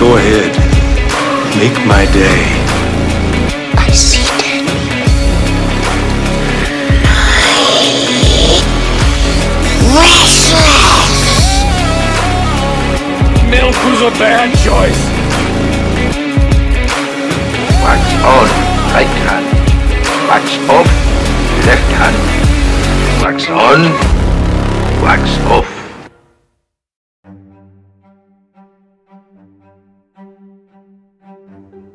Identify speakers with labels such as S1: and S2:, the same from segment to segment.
S1: Go ahead. Make my day.
S2: I see dead Restless.
S3: Milk was a bad choice.
S4: Watch on, right hand. Wax off, left hand. Wax on, wax off.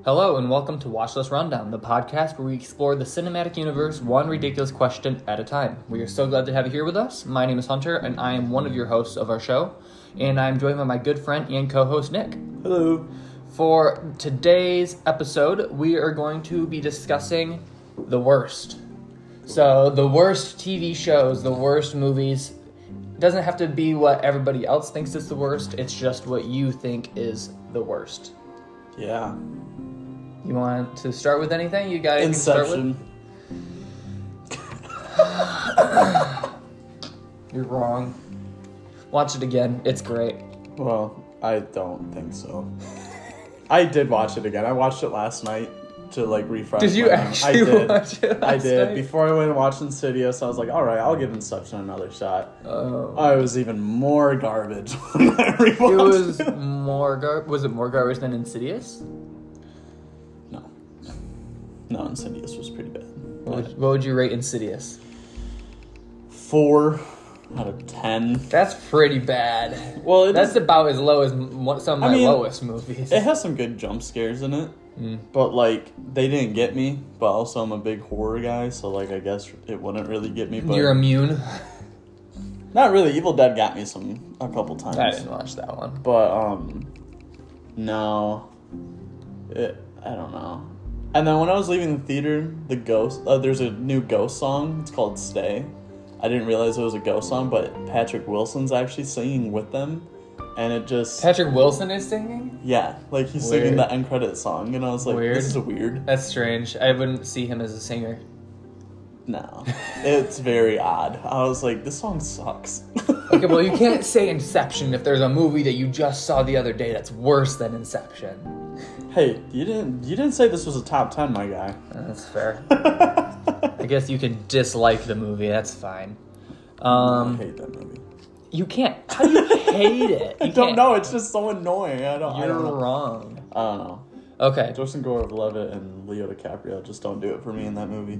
S5: Hello, and welcome to Watch List Rundown, the podcast where we explore the cinematic universe one ridiculous question at a time. We are so glad to have you here with us. My name is Hunter, and I am one of your hosts of our show, and I'm joined by my good friend and co host Nick.
S6: Hello.
S5: For today's episode, we are going to be discussing the worst. So, the worst TV shows, the worst movies. Doesn't have to be what everybody else thinks is the worst, it's just what you think is the worst.
S6: Yeah.
S5: You want to start with anything? You guys can start
S6: Inception.
S5: with. You're wrong. Watch it again. It's great.
S6: Well, I don't think so. I did watch it again. I watched it last night to like refresh.
S5: Did you
S6: my mem-
S5: actually
S6: I did.
S5: watch it
S6: I
S5: last
S6: did.
S5: night?
S6: Before I went and watched Insidious, I was like, all right, I'll give Inception another shot.
S5: Oh.
S6: I was even more garbage when I rewatched
S5: It was
S6: it.
S5: more gar- was it more garbage than Insidious?
S6: No. No, Insidious was pretty bad.
S5: What would, what would you rate Insidious?
S6: Four out of ten.
S5: That's pretty bad.
S6: Well, it
S5: That's
S6: is-
S5: about as low as m- one- some of
S6: I
S5: my
S6: mean,
S5: lowest movies.
S6: It has some good jump scares in it,
S5: Mm.
S6: but like they didn't get me. But also, I'm a big horror guy, so like I guess it wouldn't really get me. But
S5: You're immune.
S6: not really. Evil Dead got me some a couple
S5: I
S6: times,
S5: didn't watch that one.
S6: but um, no, it, I don't know. And then when I was leaving the theater, the ghost uh, there's a new ghost song. It's called "Stay." I didn't realize it was a ghost song, but Patrick Wilson's actually singing with them, and it just
S5: Patrick Wilson is singing.
S6: yeah, like he's singing
S5: Weird.
S6: the end credit song, and I was like,
S5: Weird.
S6: this is weird.
S5: That's strange. I wouldn't see him as a singer.
S6: No, it's very odd. I was like, this song sucks.
S5: Okay, well, you can't say Inception if there's a movie that you just saw the other day that's worse than Inception.
S6: hey, you didn't you didn't say this was a top ten, my guy.
S5: That's fair. I guess you can dislike the movie. That's fine.
S6: I
S5: Um,
S6: hate that movie.
S5: you can't. How do you hate it?
S6: I
S5: You
S6: don't
S5: can't.
S6: know. It's just so annoying. I don't. I
S5: You're
S6: don't know.
S5: wrong.
S6: I don't know.
S5: Okay.
S6: Justin Gore-Levitt and Leo DiCaprio just don't do it for me in that movie.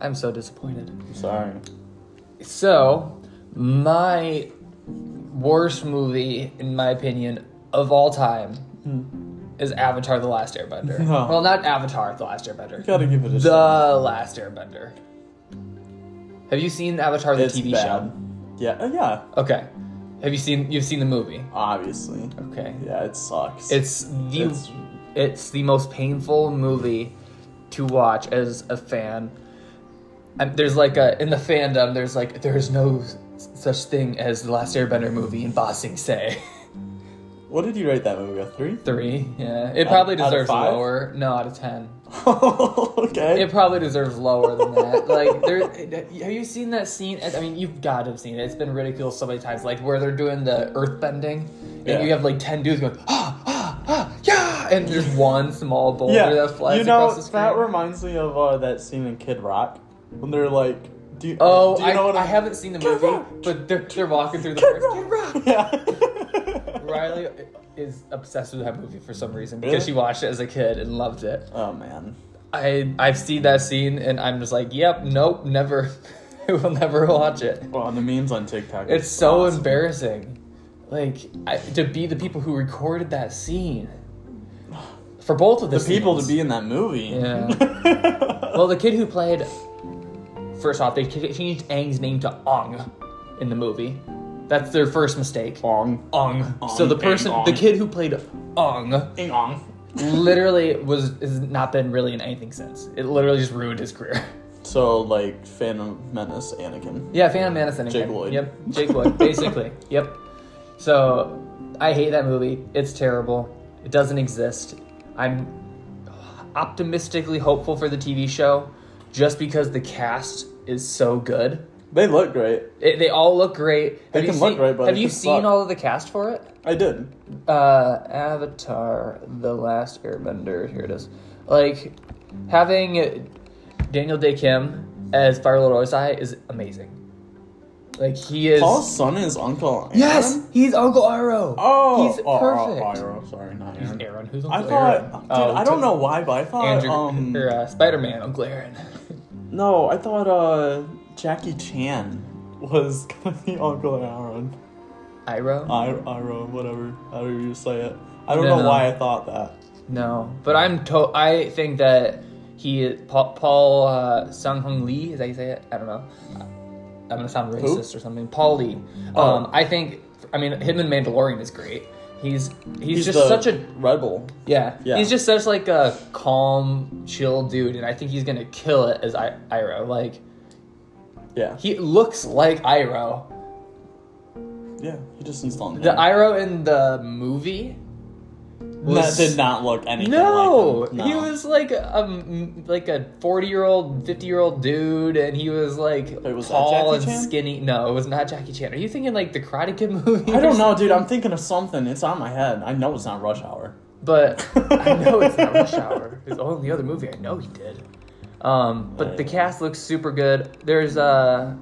S5: I'm so disappointed.
S6: I'm sorry.
S5: So, my worst movie, in my opinion, of all time is Avatar The Last Airbender.
S6: Hmm. No.
S5: Well, not Avatar The Last Airbender.
S6: Gotta give it a shot.
S5: The Last Airbender. Have you seen Avatar the
S6: It's
S5: TV
S6: bad. Yeah. uh, Yeah.
S5: show? Okay. Have you seen you've seen the movie?
S6: Obviously.
S5: Okay.
S6: Yeah. It sucks.
S5: It's the it's,
S6: It's-
S5: the most painful movie to watch as a fan. And there's like a in the fandom there's like there is no s- such thing as the Last Airbender movie in Bossing Say.
S6: What did you rate that movie? A three?
S5: Three, yeah. It probably
S6: out of
S5: deserves
S6: five?
S5: lower. No, out of ten.
S6: okay.
S5: It probably deserves lower than that. like, there, have you seen that scene? I mean, you've got to have seen it. It's been ridiculed so many times. Like where they're doing the earth bending, and
S6: Yeah.
S5: you have like ten dudes going ah ah ah yeah, and there's one small boulder
S6: Yeah,
S5: that flies
S6: you know
S5: across the screen.
S6: that reminds me of uh, that scene in Kid Rock when they're like, "Do you,
S5: oh,
S6: do you
S5: I,
S6: know what
S5: I
S6: I'm-
S5: haven't seen the
S6: Kid
S5: movie,
S6: Rock!
S5: but they're, they're walking through the forest.
S6: Yeah.
S5: Riley is obsessed with that movie for some reason
S6: Really?
S5: because she watched it as a kid and loved it.
S6: Oh man.
S5: I I've seen that scene and I'm just like, yep, nope, never, I will never watch it.
S6: Well, the memes on TikTok.
S5: It's so
S6: awesome.
S5: embarrassing. Like I, to be the people who recorded that scene for both of the,
S6: The people to
S5: scenes.
S6: be in that movie.
S5: Yeah. Well, the kid who played first off, they ch- changed Aang's name to Ong in the movie. That's their first mistake.
S6: Ong.
S5: Ong. so the
S6: Aang,
S5: person, the
S6: Ong.
S5: kid who played Ong,
S6: Ing ong.
S5: literally was has not been really in anything since. It literally just ruined his career.
S6: So like Phantom Menace, Anakin.
S5: Yeah, Phantom Menace. and
S6: Jake
S5: Anakin.
S6: Lloyd.
S5: Yep, Jake Lloyd. Basically, yep. So, I hate that movie. It's terrible. It doesn't exist. I'm optimistically hopeful for the TV show, just because the cast is so good.
S6: They look great.
S5: It, they all look great.
S6: They
S5: Have you
S6: can look
S5: seen-
S6: great, but
S5: have
S6: they
S5: you
S6: can
S5: seen
S6: suck.
S5: all of the cast for it?
S6: I did.
S5: uh Avatar The Last Airbender, here it is. Like having Daniel Day Kim as Fire Lord Ozai is amazing. Like he is
S6: Paul's son is Uncle Aaron?
S5: Yes, he's Uncle Aro.
S6: Oh,
S5: he's
S6: oh, oh,
S5: perfect.
S6: Iroh, sorry, not
S5: He's
S6: Aaron.
S5: Aaron, who's
S6: I
S5: Uncle
S6: thought,
S5: Aaron?
S6: dude,
S5: Oh,
S6: I
S5: to-
S6: don't know why, but I thought,
S5: Andrew
S6: um,
S5: or uh, Spider-Man Uncle Aaron.
S6: no, I thought, uh, Jackie Chan was gonna be Uncle Aaron.
S5: Iroh?
S6: I, Iroh, whatever, however you say it. I don't
S5: No,
S6: know
S5: no.
S6: why I thought that.
S5: no, but I'm to I think that he Paul, Paul uh, Sung Hung Lee is that how you say it? I don't know. I'm gonna sound racist or something. Paul Lee.
S6: Oh.
S5: Um, I think. I mean, him in Mandalorian is great. He's he's,
S6: He's
S5: just
S6: the
S5: such a
S6: rebel.
S5: yeah,
S6: Yeah.
S5: He's just such like a calm, chill dude, and I think he's gonna kill it as I- Iroh. Like
S6: Yeah,
S5: he looks like Iroh.
S6: yeah, he just needs to on
S5: The Iroh in the movie.
S6: That
S5: was-
S6: did not look anything
S5: No,
S6: like him.
S5: he was like a m- like a forty year old, fifty year old dude, and he was like
S6: was that
S5: tall
S6: Jackie
S5: and
S6: Chan?
S5: skinny. No, it was not Jackie Chan. Are you thinking like the Karate Kid movie?
S6: I don't know, dude. I'm thinking of something. It's on my head. I know it's not Rush Hour.
S5: but I know it's not Rush Hour. It's the only other movie I know he did. Um, but the cast looks super good. There's uh,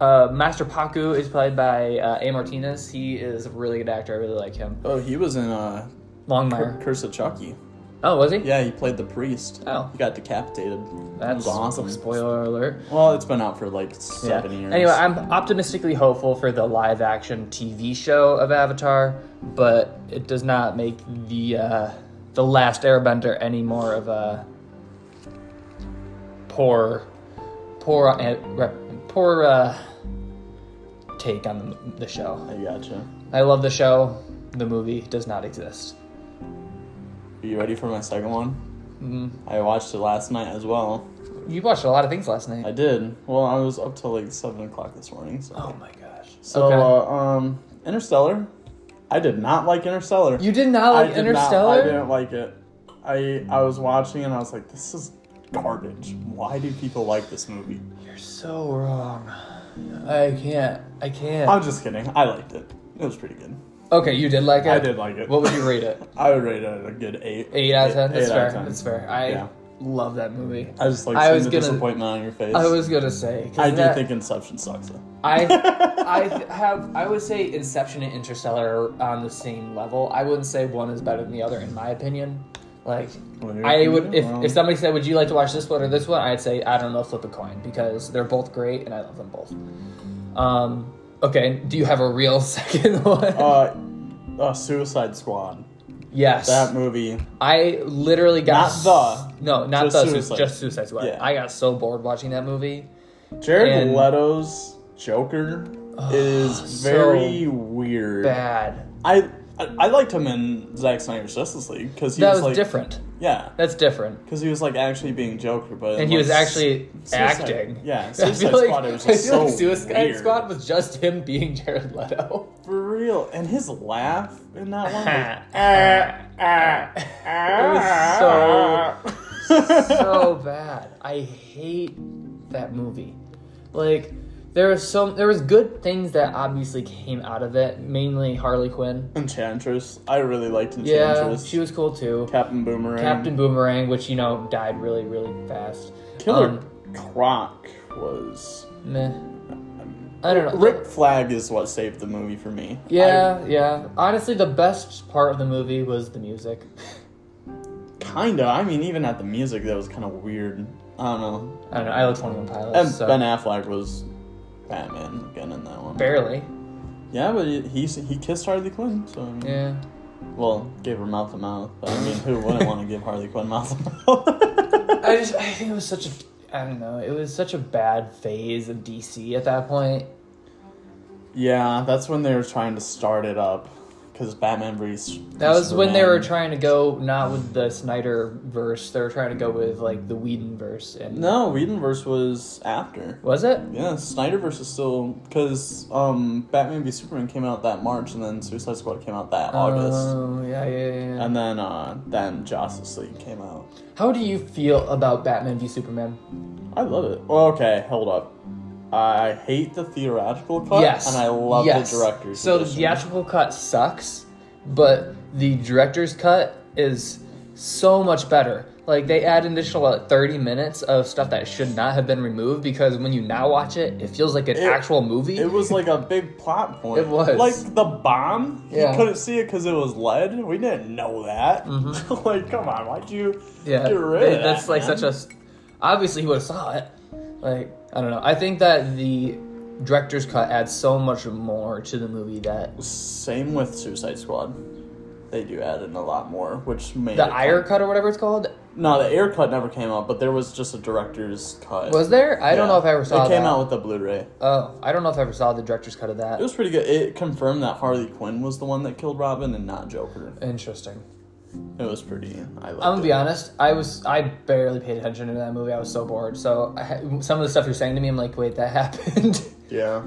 S5: uh, Master Paku is played by uh, A Martinez. He is a really good actor. I really like him.
S6: Oh, he was in uh,
S5: Longmire.
S6: Curse of Chucky.
S5: Oh, was he?
S6: Yeah, he played the priest.
S5: Oh.
S6: He got decapitated. That
S5: That's
S6: was awesome.
S5: Spoiler alert.
S6: Well, it's been out for like seven years.
S5: Anyway, I'm optimistically hopeful for the live action TV show of Avatar, but it does not make the uh, the Last Airbender any more of a poor, poor, uh, rep, poor uh, take on the, the show.
S6: I gotcha.
S5: I love the show. The movie does not exist.
S6: Are you ready for my second one? Mm-hmm. I watched it last night as well.
S5: You watched a lot of things last night.
S6: I did. Well, I was up till like seven o'clock this morning. So,
S5: oh my gosh.
S6: so
S5: okay.
S6: uh, um, Interstellar. I did not like Interstellar.
S5: you did not
S6: I
S5: like
S6: did
S5: Interstellar.
S6: Not, I didn't like it. I I was watching and I was like, this is garbage. Why do people like this movie?
S5: so wrong. I can't. I can't.
S6: I'm just kidding. I liked it. It was pretty good.
S5: Okay, you did like it.
S6: I did like it.
S5: What would you rate it?
S6: I would rate it a good eight.
S5: Eight out of ten.
S6: Eight
S5: That's
S6: out
S5: fair.
S6: of 10.
S5: That's fair. I
S6: Yeah.
S5: love that movie.
S6: I just like
S5: I
S6: seeing
S5: was
S6: the
S5: gonna-
S6: disappointment on your face.
S5: I was gonna say. 'cause
S6: I do
S5: that-
S6: think Inception sucks though.
S5: I I have I would say Inception and Interstellar are on the same level. I wouldn't say one is better than the other in my opinion. Like
S6: Well, you're-
S5: I would if,
S6: well.
S5: if somebody said, "Would you like to watch this one or this one?" I'd say, "I don't know, flip a coin," because they're both great and I love them both. Um, okay, do you have a real second one?
S6: Uh, uh, Suicide Squad.
S5: yes,
S6: That movie.
S5: I literally got
S6: Not
S5: the no, not
S6: just
S5: the
S6: Suicide.
S5: just Suicide Squad.
S6: Yeah.
S5: I got so bored watching that movie.
S6: Jared
S5: And-
S6: Leto's Joker is
S5: so
S6: very weird.
S5: Bad.
S6: I, I I liked him in Zack Snyder's Justice League because he
S5: That
S6: was,
S5: was
S6: like
S5: different.
S6: yeah
S5: That's different.
S6: because he was like actually being Joker, but in,
S5: And he was
S6: like,
S5: actually
S6: Suicide-
S5: acting.
S6: Yeah,
S5: I
S6: Suicide
S5: feel like,
S6: Squad it was
S5: I
S6: just
S5: feel
S6: so
S5: like Suicide
S6: weird.
S5: Squad was just him being Jared Leto.
S6: for real, and his laugh in that one. was- ah,
S5: it was so so bad. I hate that movie. Like there was so there was good things that obviously came out of it, mainly Harley Quinn.
S6: Enchantress. I really liked
S5: Yeah,
S6: Enchantress.
S5: she was cool too.
S6: Captain Boomerang.
S5: Captain Boomerang, which you know died really really fast.
S6: Killer
S5: Um,
S6: Croc was.
S5: meh. I don't know.
S6: Rick Flag is what saved the movie for me.
S5: Yeah, yeah. Honestly, the best part of the movie was the music.
S6: I- kinda. I mean, even at the music, that was kind of weird. I don't know.
S5: I don't know. I love Twenty One Pilots.
S6: And
S5: so-
S6: Um, Ben Affleck was Batman again in that one.
S5: barely.
S6: yeah, but he he, he kissed Harley Quinn, so I mean,
S5: Yeah.
S6: well, gave her mouth to mouth. But I mean, who wouldn't want to give Harley Quinn mouth to mouth?
S5: I just I think it was such a I don't know. It was such a bad phase of DC at that point.
S6: yeah, that's when they were trying to start it up because Batman vs.
S5: That was when they were
S6: Superman-
S5: trying to go not with the Snyder verse. They were trying to go with like the Whedon verse. And
S6: No, Whedonverse was after.
S5: was it?
S6: Yeah, Snyderverse is still because um, Batman v Superman came out that March, and then Suicide Squad came out that August,
S5: Oh yeah, yeah, yeah. yeah.
S6: and then uh, then Justice League came out.
S5: How do you feel about Batman v Superman?
S6: I love it. Well, okay, hold up. I hate the theatrical cut,
S5: yes,
S6: and I love
S5: yes.
S6: the director's.
S5: So the
S6: edition.
S5: theatrical cut sucks, but the director's cut is so much better. Like they add an additional like, thirty minutes of stuff that should not have been removed because when you now watch it, it feels like an
S6: It-
S5: actual movie.
S6: It was like a big plot point.
S5: It was.
S6: like the bomb.
S5: Yeah.
S6: You couldn't see it because it was lead. We didn't know that. like, come on, why'd you
S5: Mm-hmm. yeah,
S6: get rid
S5: they-
S6: of
S5: that's
S6: that,
S5: like
S6: man?
S5: such a. s- Obviously, he would have saw it. Like I don't know. I think that the director's cut adds so much more to the movie that
S6: Same with Suicide Squad. They do add in a lot more, which made
S5: the
S6: it-
S5: ire cut or whatever it's called
S6: No, the air cut never came out, but there was just a director's cut.
S5: was there. I don't
S6: Yeah.
S5: know if I ever saw.
S6: It came
S5: that.
S6: out with the Blu-ray.
S5: Oh, I don't know if I ever saw the director's cut of that.
S6: It was pretty good. It confirmed that Harley Quinn was the one that killed Robin and not Joker.
S5: Interesting.
S6: It was pretty. I liked
S5: I'm gonna
S6: it.
S5: be honest. I was I barely paid attention to that movie. I was so bored. So I, some of the stuff you're saying to me, I'm like, wait, that happened.
S6: Yeah.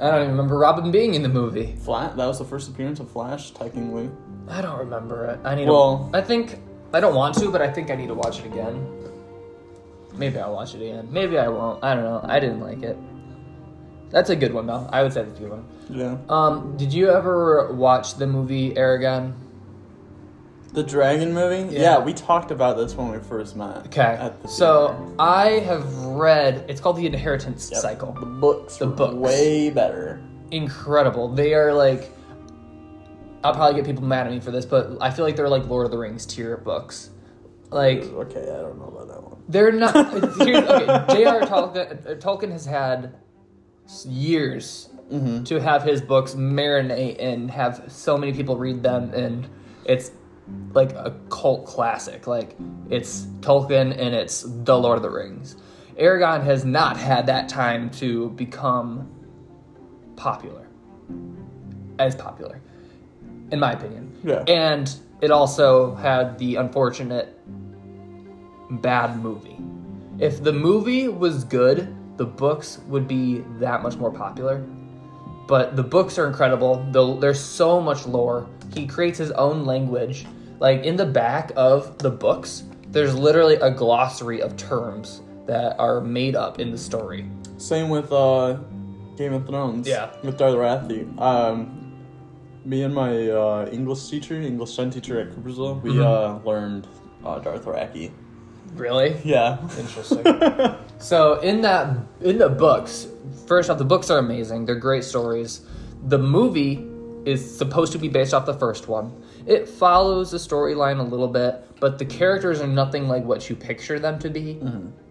S5: I don't even remember Robin being in the movie.
S6: Flat. That was the first appearance of Flash, technically.
S5: I don't remember it. I need.
S6: Well-
S5: to, I think I don't want to, but I think I need to watch it again. Maybe I'll watch it again. Maybe I won't. I don't know. I didn't like it. That's a good one though. I would say that's a good one.
S6: Yeah.
S5: Um, did you ever watch the movie Aragon?
S6: The dragon movie?
S5: Yeah.
S6: Yeah. we talked about this when we first met.
S5: Okay.
S6: at the theater.
S5: So I have read. It's called the Inheritance
S6: Yep.
S5: Cycle.
S6: The books.
S5: The
S6: were
S5: books.
S6: Way better.
S5: incredible. They are like I'll probably get people mad at me for this, but I feel like they're like Lord of the Rings tier books. Like
S6: Okay, I don't know about that one.
S5: they're not. Here's, okay, J.R. Tolkien, uh, Tolkien has had s- years to have his books marinate and have so many people read them, and it's like a cult classic. Like it's Tolkien and it's The Lord of the Rings. Aragon has not had that time to become popular, as popular, in my opinion.
S6: Yeah.
S5: And it also had the unfortunate bad movie. If the movie was good, the books would be that much more popular. But the books are incredible. Though there's so much lore. He creates his own language. Like in the back of the books, there's literally a glossary of terms that are made up in the story.
S6: Same with uh, Game of Thrones.
S5: Yeah.
S6: With Darth Rathy. Um, me and my uh, English teacher, English sun teacher at Coopersville,
S5: Mm-hmm.
S6: we uh, learned uh, Darth Racky.
S5: Really?
S6: Yeah.
S5: Interesting. so in that in the books, first off, the books are amazing. They're great stories. The movie is supposed to be based off the first one. It follows the storyline a little bit, but the characters are nothing like what you picture them to be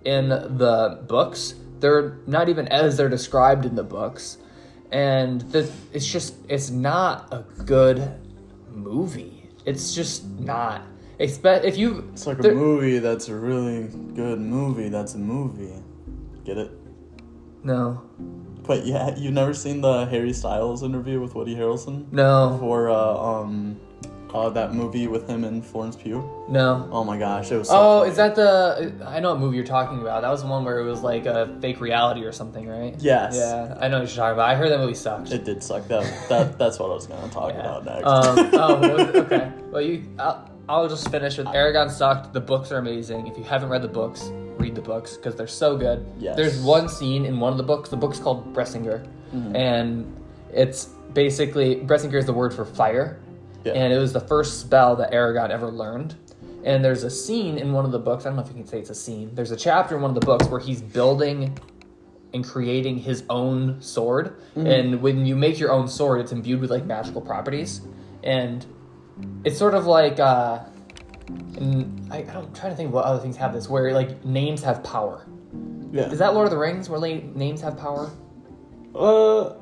S5: in the books. They're not even as they're described in the books. And the, it's just it's not a good movie. It's just not. Expect if you
S6: It's like
S5: there-
S6: a movie that's a really good movie that's a movie. Get it?
S5: no
S6: But yeah, you've never seen the Harry Styles interview with Woody Harrelson?
S5: no
S6: for uh, um uh, that movie with him and Florence Pugh.
S5: no
S6: Oh my gosh, it was. So
S5: Oh,
S6: funny.
S5: is that the? I know what movie you're talking about. That was the one where it was like a fake reality or something, right?
S6: Yes.
S5: Yeah, I know what you're talking about. I heard that movie sucked.
S6: It did suck. That, that that's what I was gonna talk
S5: Yeah.
S6: about next.
S5: Um, oh, what was it? okay. Well, you, I'll, I'll just finish with Aragon sucked. The books are amazing. If you haven't read the books, read the books because they're so good.
S6: Yes.
S5: There's one scene in one of the books. The book's called Bressinger,
S6: Mm-hmm.
S5: and it's basically Bressinger is the word for fire,
S6: Yeah.
S5: and it was the first spell that Aragon ever learned. And there's a scene in one of the books. I don't know if you can say it's a scene. There's a chapter in one of the books where he's building and creating his own sword. And when you make your own sword, it's imbued with like magical properties, and it's sort of like uh, and I, I don't, I'm trying to think what other things have this where like names have power.
S6: yeah.
S5: Is that Lord of the Rings where like, names have power?
S6: Uh,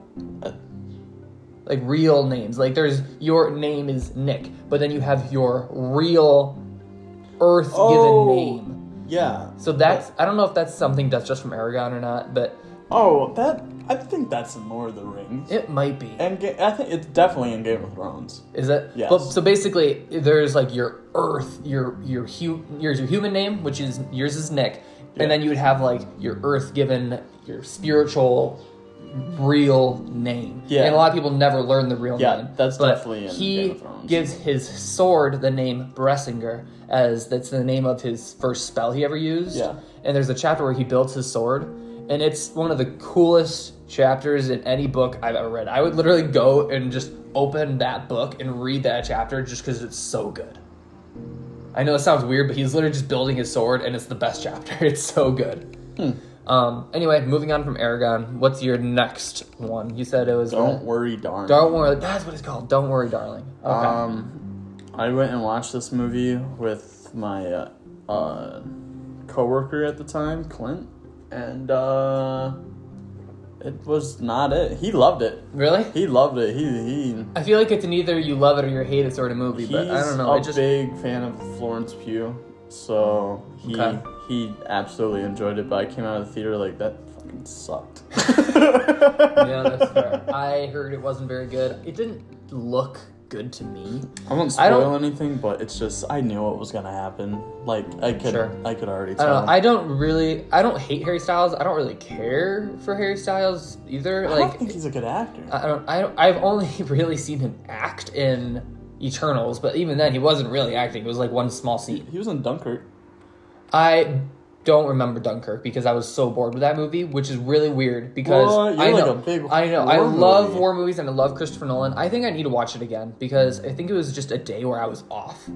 S5: Like real names. Like there's your name is Nick, but then you have your real Earth given
S6: Oh.
S5: name.
S6: yeah.
S5: So that's I don't know if that's something that's just from Aragon or not, but
S6: Oh, that I think that's in Lord of the Rings.
S5: it might be.
S6: And Ga- I think it's definitely in Game of Thrones.
S5: Is it?
S6: Yes.
S5: Well, so basically, there's like your Earth, your your hu- yours your human name, which is yours is Nick,
S6: Yeah.
S5: and then you would have like your Earth given your spiritual real name.
S6: Yeah.
S5: And a lot of people never learn the real
S6: Yeah,
S5: name.
S6: that's
S5: but
S6: definitely in
S5: he
S6: Game of Thrones.
S5: gives his sword the name Bressinger as that's the name of his first spell he ever used.
S6: Yeah.
S5: And there's a chapter where he builds his sword. and it's one of the coolest chapters in any book I've ever read. I would literally go and just open that book and read that chapter just because it's so good. I know it sounds weird, but he's literally just building his sword, and it's the best chapter. It's so good.
S6: Hmm.
S5: Um, anyway, moving on from Aragon, what's your next one? You said it was
S6: Don't worry, darn.
S5: Don't worry. That's what it's called. Don't worry, darling. Okay.
S6: Um, I went and watched this movie with my uh, uh, coworker at the time, Clint, and uh, it was not it. He loved it.
S5: really?
S6: He loved it. He he.
S5: I feel like it's an either you love it or you hate it sort of movie,
S6: He's
S5: but I don't know.
S6: a
S5: It just
S6: big fan of Florence Pugh, so he
S5: Okay.
S6: he absolutely enjoyed it. But I came out of the theater like that fucking sucked.
S5: yeah, that's fair. I heard it wasn't very good. It didn't look good to me.
S6: I won't
S5: I don't-
S6: spoil anything, but it's just I knew what was gonna happen. Like I could,
S5: Sure.
S6: I could already
S5: I
S6: tell.
S5: don't know. I don't really. I don't hate Harry Styles. I don't really care for Harry Styles either.
S6: I
S5: like
S6: don't think he's a good actor.
S5: I don't. I don't. I've only really seen him act in Eternals, but even then, he wasn't really acting. It was like one small scene.
S6: he was in Dunkirk.
S5: I don't remember Dunkirk because I was so bored with that movie, which is really weird because
S6: What? You're
S5: I
S6: like
S5: know
S6: a big
S5: I know I
S6: war
S5: love
S6: movie.
S5: war movies and I love Christopher Nolan. I think I need to watch it again because I think it was just a day where I was off.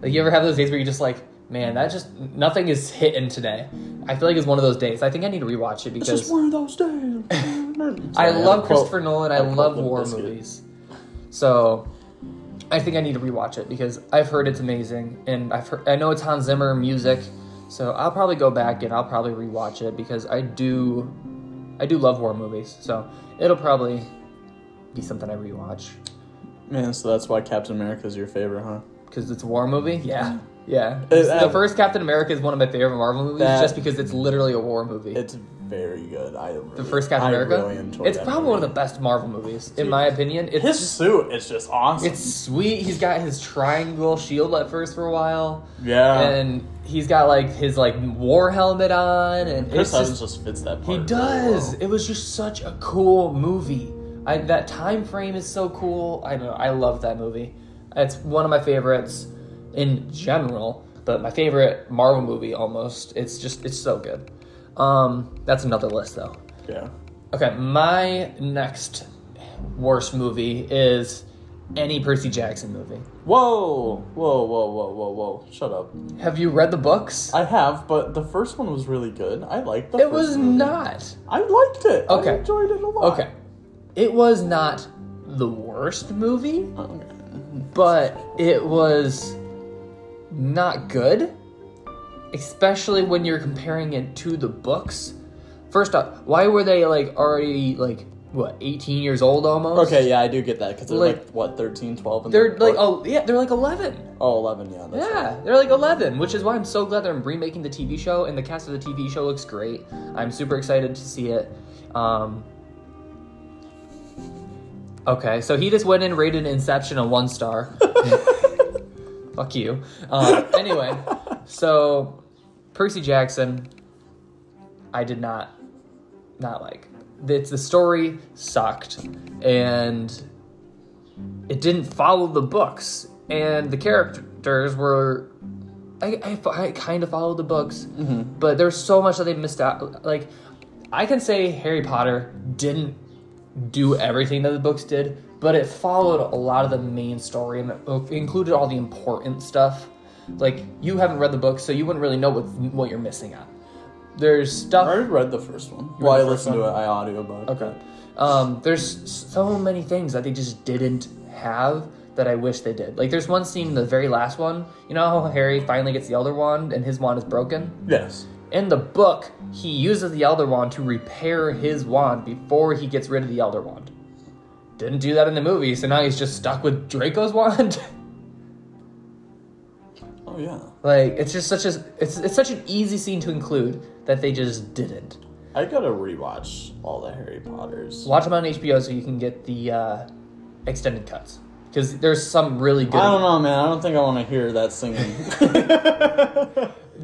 S5: Like you ever have those days where you're just like, man, that just nothing is hitting today. I feel like it's one of those days. I think I need to rewatch it
S6: It's
S5: because
S6: just one of those days. Sorry,
S5: I
S6: had
S5: love
S6: a quote.
S5: Christopher Nolan. I,
S6: had a quote
S5: love
S6: with
S5: war
S6: biscuit.
S5: movies. So I think I need to rewatch it because I've heard it's amazing, and I've heard, I know it's Hans Zimmer music. So I'll probably go back and I'll probably rewatch it because I do, I do love war movies. So it'll probably be something I rewatch
S6: Man, so that's why Captain America is your favorite, huh?
S5: because it's a war movie. Yeah, yeah.
S6: It-
S5: the
S6: uh,
S5: first Captain America is one of my favorite Marvel movies
S6: that-
S5: just because it's literally a war movie.
S6: It's very good. I really,
S5: the first Captain
S6: I
S5: America.
S6: Really enjoyed
S5: it's
S6: that
S5: probably
S6: movie.
S5: one of the best Marvel movies, in my opinion. It's
S6: His suit is just awesome.
S5: It's sweet. He's got his triangle shield at first for a while,
S6: yeah.
S5: and he's got like his like war helmet on, and
S6: Chris
S5: it's
S6: Evans
S5: just,
S6: just fits that part.
S5: he
S6: really
S5: does.
S6: well.
S5: It was just such a cool movie. I, that time frame is so cool. I don't know. I love that movie. It's one of my favorites in general, but my favorite Marvel movie almost. It's just it's so good. Um, that's another list though.
S6: Yeah.
S5: Okay, my next worst movie is any Percy Jackson movie.
S6: Whoa, whoa, whoa, whoa, whoa, whoa! Shut up.
S5: Have you read the books?
S6: I have, but the first one was really good. I liked the.
S5: it
S6: first
S5: was
S6: movie.
S5: not.
S6: I liked it. I
S5: Okay.
S6: enjoyed it a lot.
S5: Okay. It was not the worst movie,
S6: Okay.
S5: but it was not good, especially when you're comparing it to the books. First off, why were they like already like what, 18 years old almost?
S6: Okay, yeah, I do get that because they're like,
S5: Like-
S6: what 13, 12 and
S5: They're like oh yeah, they're like 11.
S6: oh 11, yeah, that's
S5: Yeah, they're like 11, which is why I'm so glad they're remaking the TV show, and the cast of the TV show looks great. I'm super excited to see it. Um, okay, so he just went and rated Inception a one star. Fuck you. Um, anyway, so Percy Jackson, I did not, not like. It's the story sucked, and it didn't follow the books and the characters were i, I, fo- I kind of followed the books but there's so much that they missed out like i can say harry potter didn't do everything that the books did but it followed a lot of the main story and it oh, included all the important stuff like you haven't read the book so you wouldn't really know what, what you're missing out there's
S6: I
S5: stuff
S6: already read the first one. well, I
S5: the first
S6: listened to it. I audiobook.
S5: Okay. Um, there's so many things that they just didn't have that I wish they did. Like there's one scene in the very last one. You know how Harry finally gets the Elder Wand and his wand is broken?
S6: Yes.
S5: In the book, he uses the Elder Wand to repair his wand before he gets rid of the Elder Wand. Didn't do that in the movie, so now he's just stuck with Draco's wand.
S6: Oh yeah.
S5: like it's just such a it's it's such an easy scene to include that they just didn't.
S6: I gotta rewatch all the Harry Potters.
S5: Watch them on HBO so you can get the uh, extended cuts because there's some really good.
S6: I don't know, man. I don't think I want to hear that singing.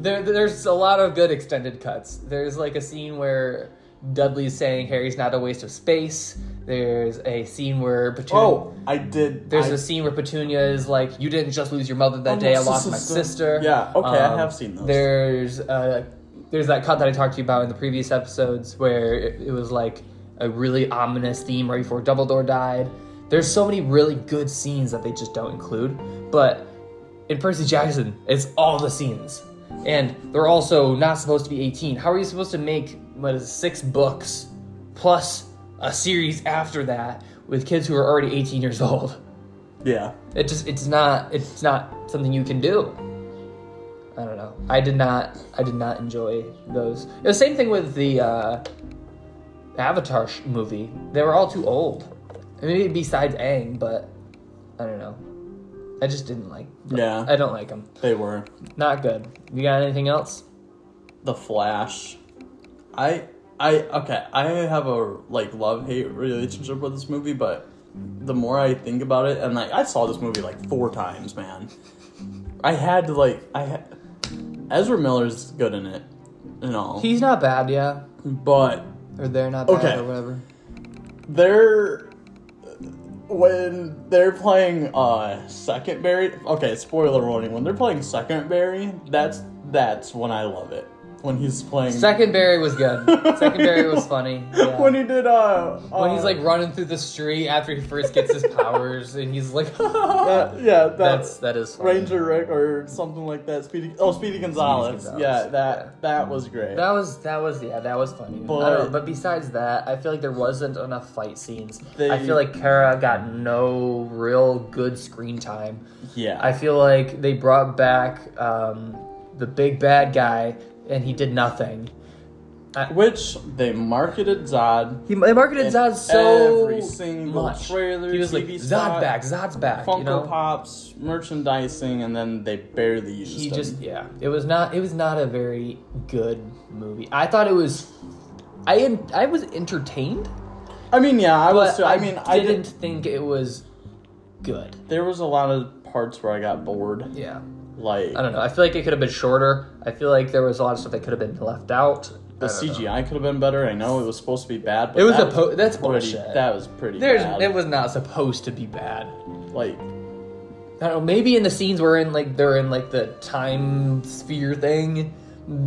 S5: There, there's a lot of good extended cuts. There's like a scene where Dudley's saying Harry's not a waste of space. There's a scene where Petunia.
S6: oh, I did.
S5: There's
S6: I,
S5: a scene where Petunia is like, "You didn't just lose your mother that day. I
S6: lost
S5: lost
S6: a
S5: my
S6: sister."
S5: sister."
S6: Yeah, okay, I have seen those.
S5: There's a there's that cut that I talked to you about in the previous episodes where it, it was like a really ominous theme right before Dumbledore died. There's so many really good scenes that they just don't include, but in Percy Jackson, it's all the scenes. And they're also not supposed to be 18. How are you supposed to make, what is it, six books plus a series after that with kids who are already 18 years old?
S6: Yeah.
S5: It just it's not it's not something you can do. I don't know. I did not I did not enjoy those. The same thing with the uh, Avatar sh- movie. They were all too old. I mean, Maybe besides Aang, but I don't know. I just didn't like.
S6: Yeah.
S5: I don't like them.
S6: They were.
S5: Not good. You got anything else?
S6: The Flash. I I okay, I have a like love-hate relationship with this movie, but the more I think about it and like I saw this movie like 4 times, man. I had to like I had, Ezra Miller's good in it and all.
S5: He's not bad, yeah.
S6: but
S5: Or they're not bad
S6: Okay.
S5: or whatever.
S6: they're when they're playing uh second berry okay spoiler warning when they're playing second berry that's that's when i love it when he's playing
S5: Secondary was good. Secondary was funny. yeah.
S6: when he did uh,
S5: when
S6: uh,
S5: he's like running through the street after he first gets his powers, and he's like,
S6: that, yeah that,
S5: "That's that is funny.
S6: ranger rick or something like that speedy oh speedy gonzalez,
S5: Gonzalez,
S6: yeah that
S5: yeah.
S6: that was great
S5: That was that was yeah that was funny. But, I
S6: But-
S5: don't know, but besides that, I feel like there wasn't enough fight scenes.
S6: They-
S5: I feel like Kara got no real good screen time.
S6: yeah
S5: I feel like they brought back um, the big bad guy and he did nothing.
S6: which they marketed zod
S5: He they marketed
S6: In
S5: Zod so
S6: every single
S5: much.
S6: trailer,
S5: he was like
S6: TV
S5: Zod's
S6: spot,
S5: back, Zod's back.
S6: funko
S5: you know?
S6: pops merchandising and then they barely used
S5: he
S6: him.
S5: just yeah it was not it was not a very good movie i thought it was i i was entertained
S6: i mean yeah i
S5: but
S6: was too, i mean i
S5: didn't
S6: did
S5: think it was good
S6: there was a lot of parts where I got bored.
S5: yeah
S6: Like
S5: i don't know i feel like it could have been shorter i feel like there was a lot of stuff that could have been left out
S6: the CGI could have been better. I know it was supposed to be bad, but
S5: It was
S6: that
S5: a po- that's
S6: pretty,
S5: bullshit.
S6: That was pretty.
S5: there's
S6: bad.
S5: it was not supposed to be bad
S6: like
S5: i don't know maybe in the scenes we're in like they're in like the time sphere thing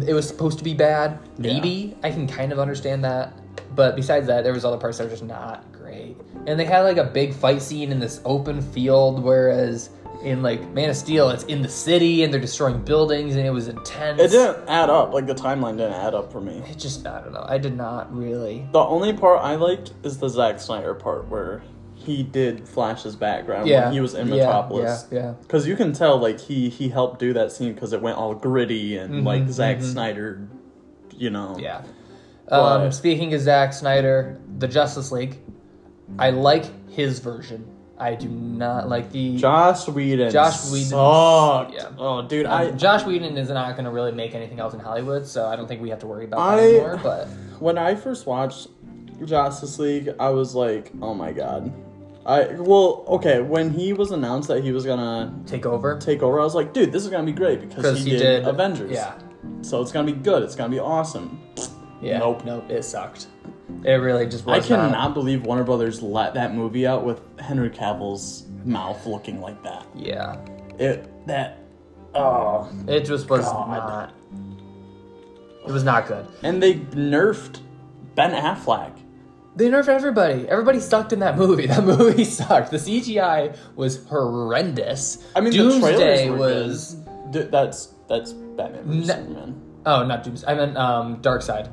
S5: it was supposed to be bad maybe i can kind of understand that but besides that there was other parts that were just not great and they had like a big fight scene in this open field whereas in like man of steel it's in the city and they're destroying buildings and it was intense
S6: it didn't add up. Like the timeline didn't add up for me.
S5: It just I don't know. I did not really.
S6: The only part I liked is the Zack Snyder part where he did Flash's background
S5: Yeah,
S6: when he was in
S5: yeah,
S6: Metropolis.
S5: yeah, yeah.
S6: Because you can tell like he he helped do that scene because it went all gritty and like Zack Snyder, you know.
S5: Mm-hmm, Yeah.
S6: But-
S5: Um, speaking of Zack Snyder, the Justice League, I like his version. I do not like the
S6: Josh Whedon.
S5: Josh Whedon
S6: Sucked.
S5: yeah.
S6: Oh, dude,
S5: Um,
S6: I
S5: Josh Whedon is not going to really make anything else in Hollywood, so I don't think we have to worry about that
S6: I-
S5: anymore. But
S6: when I first watched Justice League, I was like, oh my god. I well, okay, when he was announced that he was gonna
S5: take over
S6: take over, I was like, dude, this is gonna be great because he, did, Avengers.
S5: Yeah,
S6: So it's gonna be good, it's gonna be awesome.
S5: yeah.
S6: Nope.
S5: nope. It sucked. It really just
S6: I
S5: was uh,
S6: cannot
S5: not.
S6: believe Warner Brothers let that movie out with Henry Cavill's mouth looking like that.
S5: Yeah,
S6: It that oh
S5: it just was
S6: God.
S5: not. It was not good.
S6: and they nerfed Ben Affleck.
S5: They nerfed everybody. Everybody sucked in that movie. That movie sucked. The CGI was horrendous.
S6: I mean the
S5: Doomsday
S6: trailers were
S5: was
S6: good. D- that's that's Batman versus
S5: No-
S6: Superman.
S5: oh, not Doomsday. I meant um, Dark Side.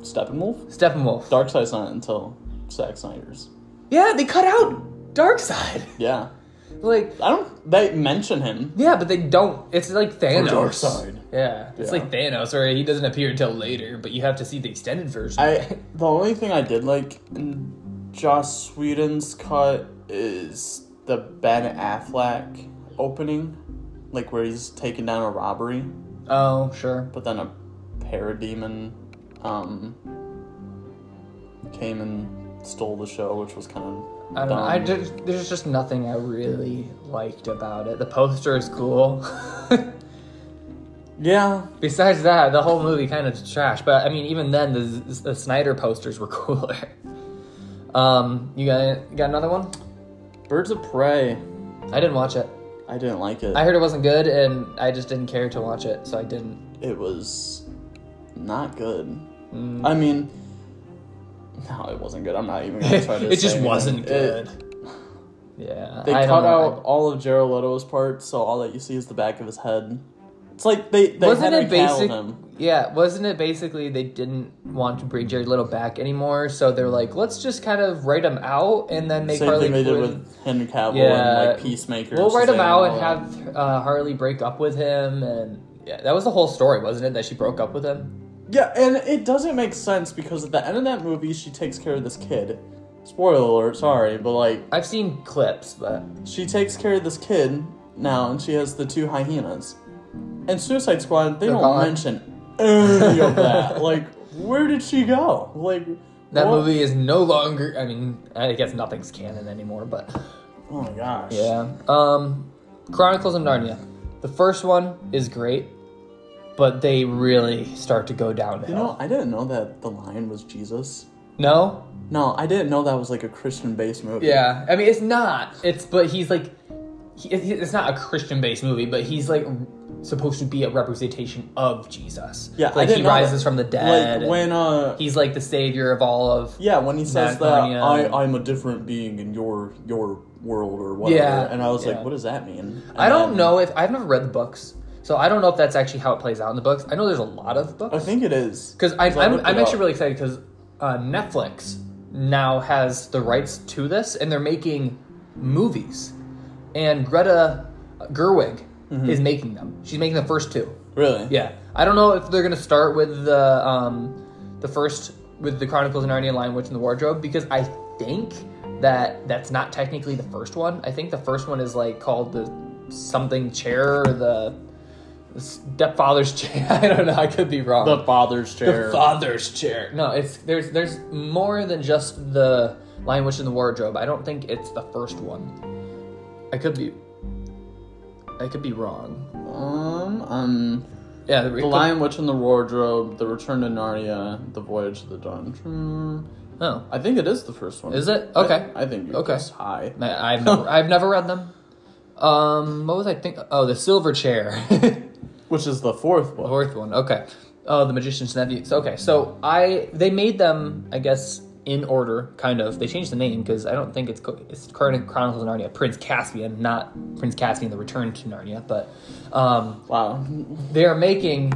S6: Steppenwolf?
S5: Steppenwolf.
S6: Dark Side's not until Zack Snyder's.
S5: yeah, they cut out Dark Side.
S6: Yeah.
S5: like,
S6: I don't they mention him.
S5: yeah, but they don't. It's like Thanos.
S6: Dark Side.
S5: Yeah, it's
S6: Yeah.
S5: like Thanos, where he doesn't appear until later, but you have to see the extended version.
S6: I the only thing I did like in Joss Whedon's cut is the Ben Affleck opening. Like where he's taking down a robbery,
S5: oh, sure.
S6: but then a parademon um came and stole the show, which was kind of
S5: I don't know. I just, there's just nothing I really liked about it. The poster is cool.
S6: Yeah.
S5: Besides that, the whole movie kind of trash. But I mean, even then, the, the Snyder posters were cooler. Um, you got you got another one?
S6: Birds of Prey.
S5: I didn't watch it.
S6: I didn't like it.
S5: I heard it wasn't good, and I just didn't care to watch it, so I didn't.
S6: it was not good.
S5: Mm.
S6: I mean, no, it wasn't good. I'm not even gonna try to.
S5: it
S6: say
S5: just
S6: anything.
S5: wasn't
S6: It-
S5: good. yeah,
S6: they
S5: I don't
S6: cut
S5: know.
S6: out all of Jared Leto's parts, so all that you see is the back of his head. It's like they they
S5: wasn't
S6: Henry
S5: it
S6: Cavilled
S5: basic?
S6: him.
S5: Yeah, wasn't it basically they didn't want to bring Jared Little back anymore, so they're like, let's just kind of write him out and then make
S6: Same
S5: Harley
S6: thing they did
S5: Quinn.
S6: with Henry Cavill and
S5: Yeah.
S6: like Peacemaker.
S5: we'll write him
S6: Shazam,
S5: out
S6: all
S5: and
S6: that.
S5: have uh, Harley break up with him, and yeah, that was the whole story, wasn't it? That she broke up with him.
S6: Yeah, and it doesn't make sense because at the end of that movie, she takes care of this kid. Spoiler alert, sorry, but like
S5: I've seen clips, but
S6: she takes care of this kid now, and she has the two hyenas. And Suicide Squad, they
S5: They're
S6: don't
S5: gone.
S6: mention any of that. Like, where did she go? Like
S5: that
S6: what-
S5: movie is no longer. I mean, I guess nothing's canon anymore, but
S6: Oh my gosh.
S5: yeah. Um, Chronicles of Narnia. The first one is great, but they really start to go downhill.
S6: You know, I didn't know that the lion was Jesus.
S5: no,
S6: No, I didn't know that was like a Christian-based movie.
S5: Yeah, I mean it's not. It's but he's like, he, it- it's not a Christian-based movie, but he's like supposed to be a representation of Jesus.
S6: Yeah, I
S5: like
S6: didn't
S5: he
S6: know that.
S5: rises from the dead.
S6: Like when uh,
S5: he's like the savior of all of.
S6: Yeah, when he says that
S5: Macedonia.
S6: I, I'm a different being in your your world or whatever,
S5: Yeah,
S6: and I was
S5: yeah.
S6: like, what does that mean? And
S5: I don't
S6: then-
S5: know if I've never read the books, so I don't know if that's actually how it plays out in the books. I know there's a lot of books.
S6: I think it is
S5: Because I'm,
S6: I
S5: I'm,
S6: looked
S5: I'm
S6: it
S5: actually
S6: up.
S5: really excited because uh, Netflix now has the rights to this and they're making movies. And Greta Gerwig
S6: Mm-hmm.
S5: is making them. She's making the first two.
S6: really
S5: Yeah. I don't know if they're going to start with the, um, the first, with the Chronicles of Narnia, Lion, Witch, and the Wardrobe, because I think that that's not technically the first one. I think the first one is like called the something chair or the stepfather's chair. I don't know. I could be wrong
S6: the father's chair.
S5: father's chair. No, it's there's there's more than just the Lion Witch in the Wardrobe. I don't think it's the first one. I could be I could be wrong.
S6: um, um,
S5: Yeah,
S6: the Lion, Witch, and the Wardrobe, The Return to Narnia, The Voyage to the Dungeon.
S5: Oh,
S6: I think it is the first one.
S5: is it okay?
S6: I think you're
S5: Okay.
S6: just high.
S5: I, I've never, I've never read them. Um, what was I think? Oh, the Silver Chair,
S6: Which is the fourth one.
S5: fourth one. Okay. Oh, the Magician's Nephew. So, okay, so I they made them, I guess, in order, kind of. They changed the name because I don't think it's co- it's current Chronicles of Narnia, Prince Caspian, not Prince Caspian: The Return to Narnia, but um,
S6: Wow.
S5: they are making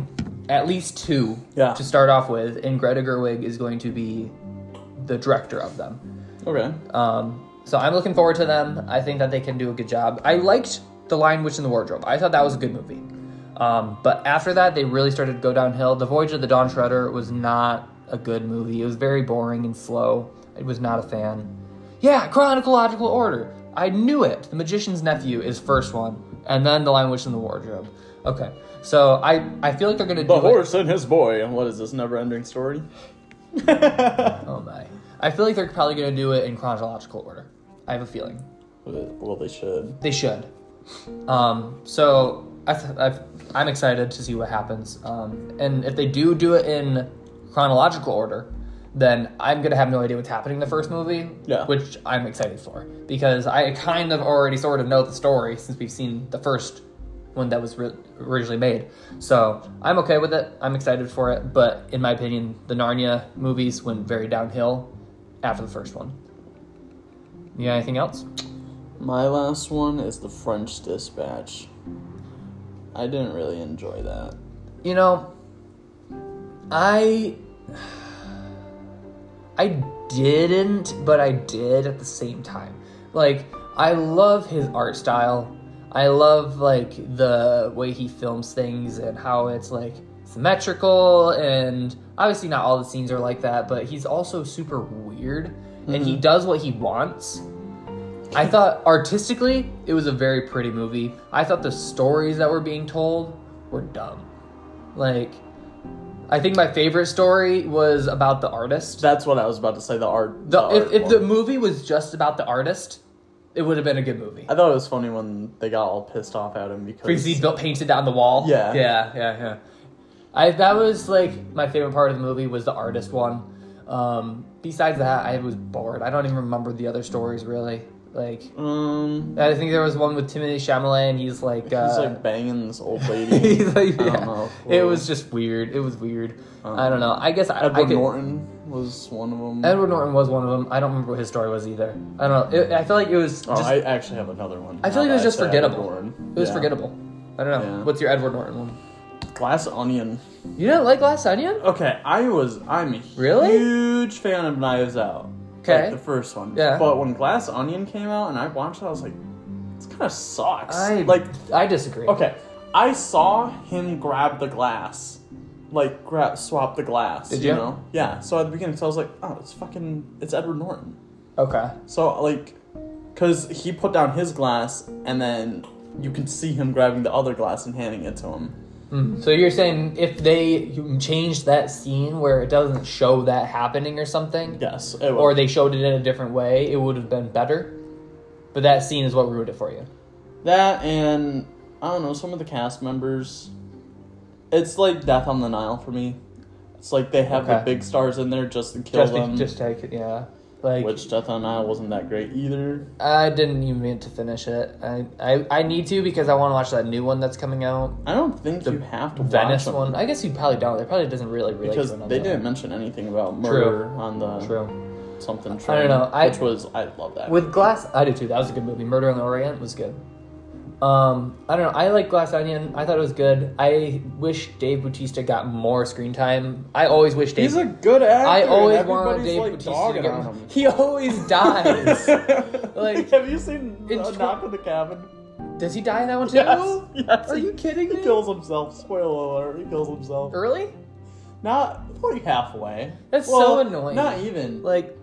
S5: at least two
S6: Yeah.
S5: to start off with, and Greta Gerwig is going to be the director of them.
S6: Okay.
S5: Um, so I'm looking forward to them. I think that they can do a good job. I liked The Lion, Witch, and the Wardrobe. I thought that was a good movie. Um, but after that, they really started to go downhill. The Voyage of the Dawn Shredder was not a good movie. It was very boring and slow. I was not a fan. Yeah, chronological order. I knew it. The Magician's Nephew is first one, and then The Lion, Witch, and the Wardrobe. Okay, so I I feel like they're gonna
S6: the
S5: do it.
S6: horse and his boy. And What is this never-ending story?
S5: Oh my! I feel like they're probably gonna do it in chronological order. I have a feeling.
S6: Well, they should.
S5: They should. Um, so I th- I've, I'm excited to see what happens. Um, and if they do do it in chronological order, then I'm gonna have no idea what's happening in the first movie,
S6: Yeah.
S5: which I'm excited for because I kind of already sort of know the story since we've seen the first one that was ri originally made. So I'm okay with it. I'm excited for it. But in my opinion, the Narnia movies went very downhill after the first one. You got anything else?
S6: My last one is the French Dispatch. I didn't really enjoy that.
S5: you know i i didn't but i did at the same time like i love his art style i love like the way he films things and how it's like symmetrical and obviously not all the scenes are like that but he's also super weird and he does what he wants I thought artistically it was a very pretty movie. I thought the stories that were being told were dumb. Like I think my favorite story was about the artist.
S6: That's what I was about to say. The art.
S5: The,
S6: art
S5: if if the
S6: one.
S5: movie was just about the artist, it would have been a good movie.
S6: I thought it was funny when they got all pissed off at him because.
S5: Because he built painted down the wall.
S6: Yeah.
S5: Yeah, yeah, yeah. I that was like my favorite part of the movie was the artist one. Um, besides that, I was bored. I don't even remember the other stories really. Like
S6: Um,
S5: I think there was one with Timothy Chalamet, and he's like, uh,
S6: he's like banging this old lady.
S5: he's like,
S6: I
S5: yeah.
S6: don't know. Uh-huh.
S5: It was just weird. It was weird. I don't know. I guess I, I
S6: Edward
S5: could,
S6: Norton was one of them.
S5: Edward Norton was one of them. I don't remember what his story was either. I don't know. It, I feel like it was.
S6: oh,
S5: Just,
S6: I
S5: it
S6: actually have another one.
S5: I feel like it
S6: Now
S5: was
S6: that I
S5: just
S6: say Edward
S5: forgettable.
S6: Norton.
S5: was
S6: Yeah.
S5: forgettable. I don't know.
S6: Yeah.
S5: What's your Edward Norton one?
S6: Glass Onion.
S5: You didn't like Glass Onion?
S6: Okay, I was I'm a
S5: Really?
S6: huge fan of Knives Out.
S5: Okay.
S6: like the first one.
S5: Yeah.
S6: But when Glass Onion came out and I watched it, I was like, this kind of sucks.
S5: I
S6: like,
S5: I disagree.
S6: okay, I saw him grab the glass, like grab swap the glass.
S5: Did
S6: you?
S5: you?
S6: know? Yeah. So at the beginning, so I was like, oh, it's fucking, it's Edward Norton.
S5: Okay.
S6: So like, cause he put down his glass and then you can see him grabbing the other glass and handing it to him.
S5: So you're saying if they changed that scene where it doesn't show that happening or something,
S6: Yes. It
S5: or they showed it in a different way, it would have been better. But that scene is what ruined it for you.
S6: That and I don't know some of the cast members. It's like Death on the Nile for me. It's like they have the
S5: Okay.
S6: big stars in there just to kill
S5: Just,
S6: them.
S5: just take it, yeah. Like
S6: um, which Death on the Nile wasn't that great either.
S5: I didn't even mean to finish it. I, I, I need to because I want to watch that new one that's coming out,
S6: I don't think you have to
S5: Venice
S6: watch them
S5: one. I guess you probably don't. It probably doesn't really relate
S6: because
S5: to another.
S6: they didn't mention anything about murder on the
S5: One. True.
S6: something train,
S5: know, I-
S6: which was I love that.
S5: With Glass, I did too. That was a good movie. Murder on the Orient was good. Um, I don't know. I like Glass Onion. I thought it was good. I wish Dave Bautista got more screen time. I always wish Dave.
S6: He's a good actor.
S5: I always
S6: and
S5: wanted
S6: everybody's,
S5: Dave
S6: like,
S5: Bautista to
S6: dogging
S5: get.
S6: on
S5: more-
S6: him.
S5: He always dies. Like,
S6: have you seen
S5: in
S6: uh,
S5: tw-
S6: Knock at the Cabin?
S5: Does he die in that one too?
S6: Yes, yes.
S5: Are you kidding
S6: He
S5: me?
S6: kills himself. Spoiler alert. He kills himself.
S5: Early?
S6: Not like halfway.
S5: That's so annoying.
S6: Not even. Like
S5: Like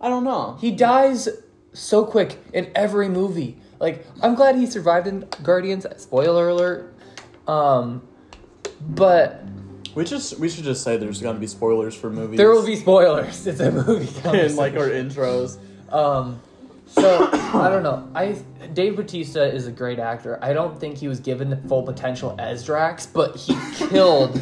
S6: I don't know.
S5: he dies so quick in every movie. Like I'm glad he survived in Guardians. Spoiler alert. Um, but
S6: We just we should just say there's gonna be spoilers for movies.
S5: there will be spoilers. It's a movie.
S6: in
S5: conversation.
S6: like our intros.
S5: Um, so I don't know. I Dave Bautista is a great actor. I don't think he was given the full potential as Drax, but he killed.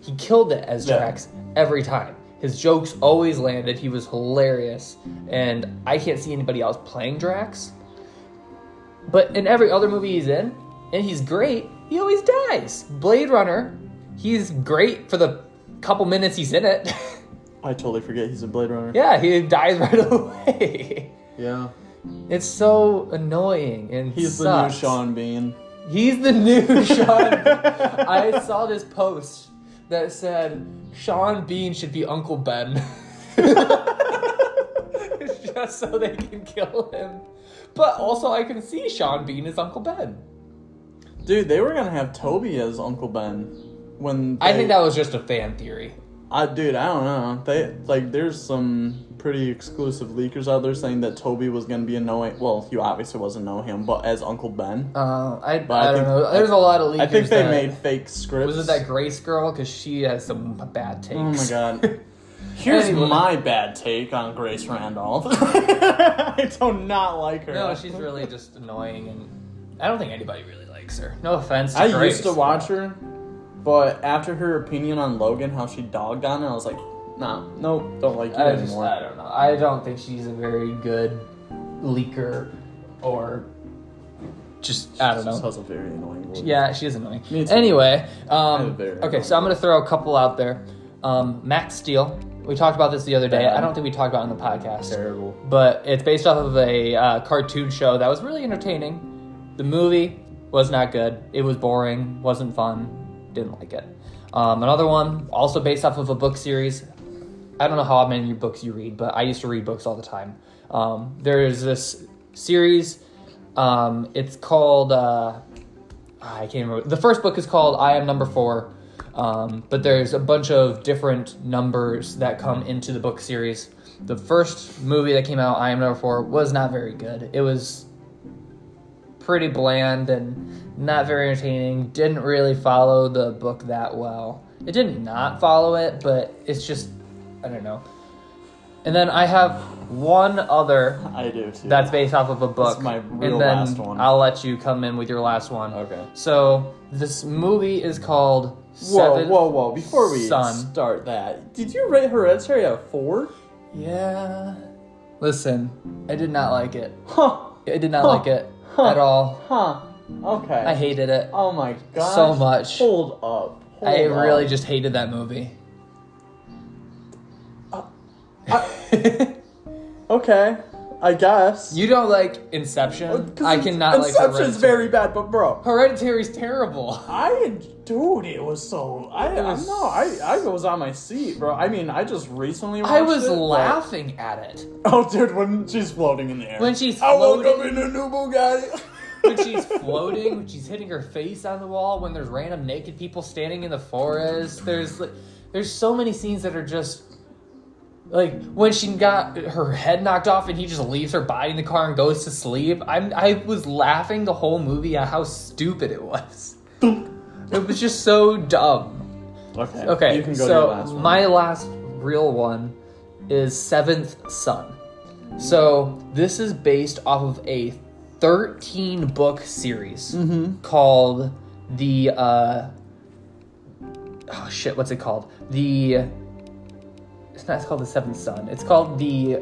S5: he killed it as
S6: Hmm. Yeah.
S5: Drax every time. His jokes always landed. He was hilarious, and I can't see anybody else playing Drax. But in every other movie he's in, and he's great, he always dies. Blade Runner, he's great for the couple minutes he's in it.
S6: I totally forget he's a Blade Runner.
S5: yeah, he dies right away.
S6: Yeah.
S5: It's so annoying and
S6: He's
S5: sucks.
S6: the new Sean Bean.
S5: He's the new Sean. I saw this post that said Sean Bean should be Uncle Ben. It's just so they can kill him. But also, I can see Sean Bean as Uncle Ben.
S6: Dude, they were gonna have Toby as Uncle Ben when
S5: I
S6: they-
S5: think that was just a fan theory.
S6: I dude, I don't know. They like there's some pretty exclusive leakers out there saying that Toby was gonna be a no well, you obviously wasn't know him, but as Uncle Ben.
S5: Uh, I,
S6: But I
S5: I, don't
S6: think-
S5: know. There's a lot of leakers.
S6: I think they
S5: that-
S6: made fake scripts.
S5: Was it that Grace girl? Because she has some bad takes.
S6: Oh my god. Here's
S5: Anyway.
S6: my bad take on Grace Randolph. I do not like her.
S5: No, she's really just annoying, and I don't think anybody really likes her. No offense. To
S6: I
S5: Grace.
S6: used to watch her, but after her opinion on Logan, how she dogged on it, I was like, nah, nope, don't like you
S5: I just,
S6: anymore.
S5: I don't know. I don't think she's a very good leaker, or just I don't
S6: She
S5: know.
S6: has a very annoying voice.
S5: Yeah, she is annoying.
S6: Me too.
S5: Anyway,
S6: I'm
S5: um,
S6: very
S5: okay, so I'm gonna throw a couple out there. Um, Max Steel. We talked about this the other day.
S6: Bad.
S5: I don't think we talked about it on the podcast.
S6: Terrible.
S5: But it's based off of a uh, cartoon show that was really entertaining. The movie was not good. It was boring. Wasn't fun. Didn't like it. Um, another one, also based off of a book series. I don't know how many books you read, but I used to read books all the time. Um, there is this series. Um, it's called. Uh, I can't remember. The first book is called I Am Number Four, um, but there's a bunch of different numbers that come into the book series. The first movie that came out, I Am Number Four, was not very good. It was pretty bland and not very entertaining. Didn't really follow the book that well. It didn't not follow it, but it's just, I don't know. And then I have one other
S6: I do too.
S5: that's based off of a book.
S6: That's my real
S5: and then
S6: last one.
S5: I'll let you come in with your last one.
S6: Okay.
S5: So this movie is called
S6: Whoa,
S5: Seventh
S6: whoa, whoa! Before we
S5: Son.
S6: start that, did you rate Hereditary a four?
S5: Yeah. Listen, I did not like it.
S6: Huh.
S5: I did not
S6: Huh.
S5: like it at all.
S6: Huh. Okay.
S5: I hated it.
S6: Oh my god.
S5: So much.
S6: Hold up. Hold
S5: I
S6: up.
S5: really just hated that movie.
S6: Uh, Okay. I guess. Uh,
S5: You don't like Inception?
S6: 'Cause
S5: I
S6: it's-
S5: cannot like
S6: Inception's
S5: Inception's
S6: very bad, but bro.
S5: Hereditary's terrible.
S6: I dude, it was so I I
S5: was-
S6: know I I was on my seat, bro. I mean, I just recently watched
S5: I was
S6: it, but-
S5: laughing at it.
S6: Oh, dude, when she's floating in the air.
S5: When she's
S6: I woke
S5: floating-
S6: up in a new Bugatti.
S5: When she's floating, when she's hitting her face on the wall, when there's random naked people standing in the forest. There's like, there's so many scenes that are just like when she got her head knocked off and he just leaves her body in the car and goes to sleep. I'm I was laughing the whole movie at how stupid it was. it was just so dumb.
S6: Okay.
S5: Okay,
S6: You can
S5: so
S6: go to your last one.
S5: my last real one is Seventh Son. So this is based off of a 13 book series
S6: Mm-hmm.
S5: called the uh oh shit, what's it called? The it's not it's called the Seventh Son. It's called the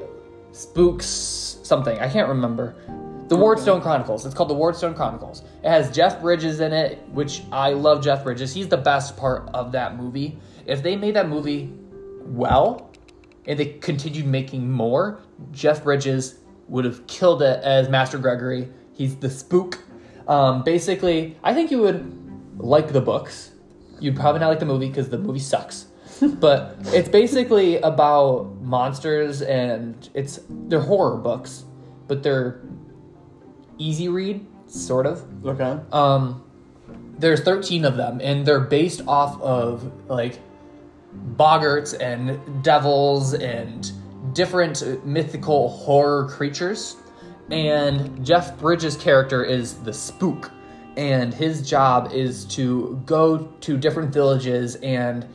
S5: Spooks something. I can't remember. The Wardstone Chronicles. It's called the Wardstone Chronicles. It has Jeff Bridges in it, which I love Jeff Bridges. He's the best part of that movie. If they made that movie well and they continued making more, Jeff Bridges would have killed it as Master Gregory. He's the spook. Um, basically, I think you would like the books. You'd probably not like the movie because the movie sucks. but it's basically about monsters and it's they're horror books, but they're easy read, sort of.
S6: Okay.
S5: Um, there's 13 of them, and they're based off of like boggarts and devils and different mythical horror creatures. And Jeff Bridges' character is the spook, and his job is to go to different villages and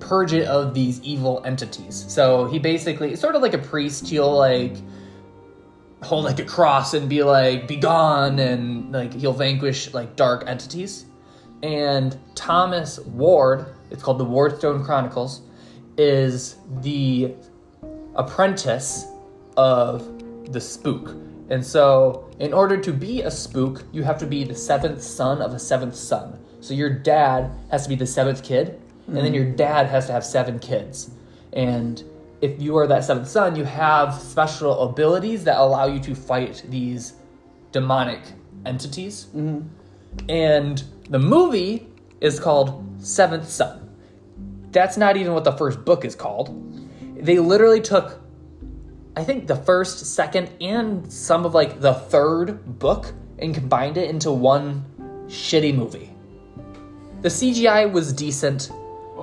S5: purge it of these evil entities. So he basically, it's sort of like a priest, he'll like hold like a cross and be like be gone and like he'll vanquish like dark entities and thomas ward it's called the wardstone chronicles is the apprentice of the spook and so in order to be a spook you have to be the seventh son of a seventh son so your dad has to be the seventh kid and then your dad has to have seven kids and if you are that seventh son, you have special abilities that allow you to fight these demonic entities. And the movie is called Seventh Son. That's not even what the first book is called. They literally took, I think, the first, second, and some of like the third book and combined it into one shitty movie. The CGI was decent.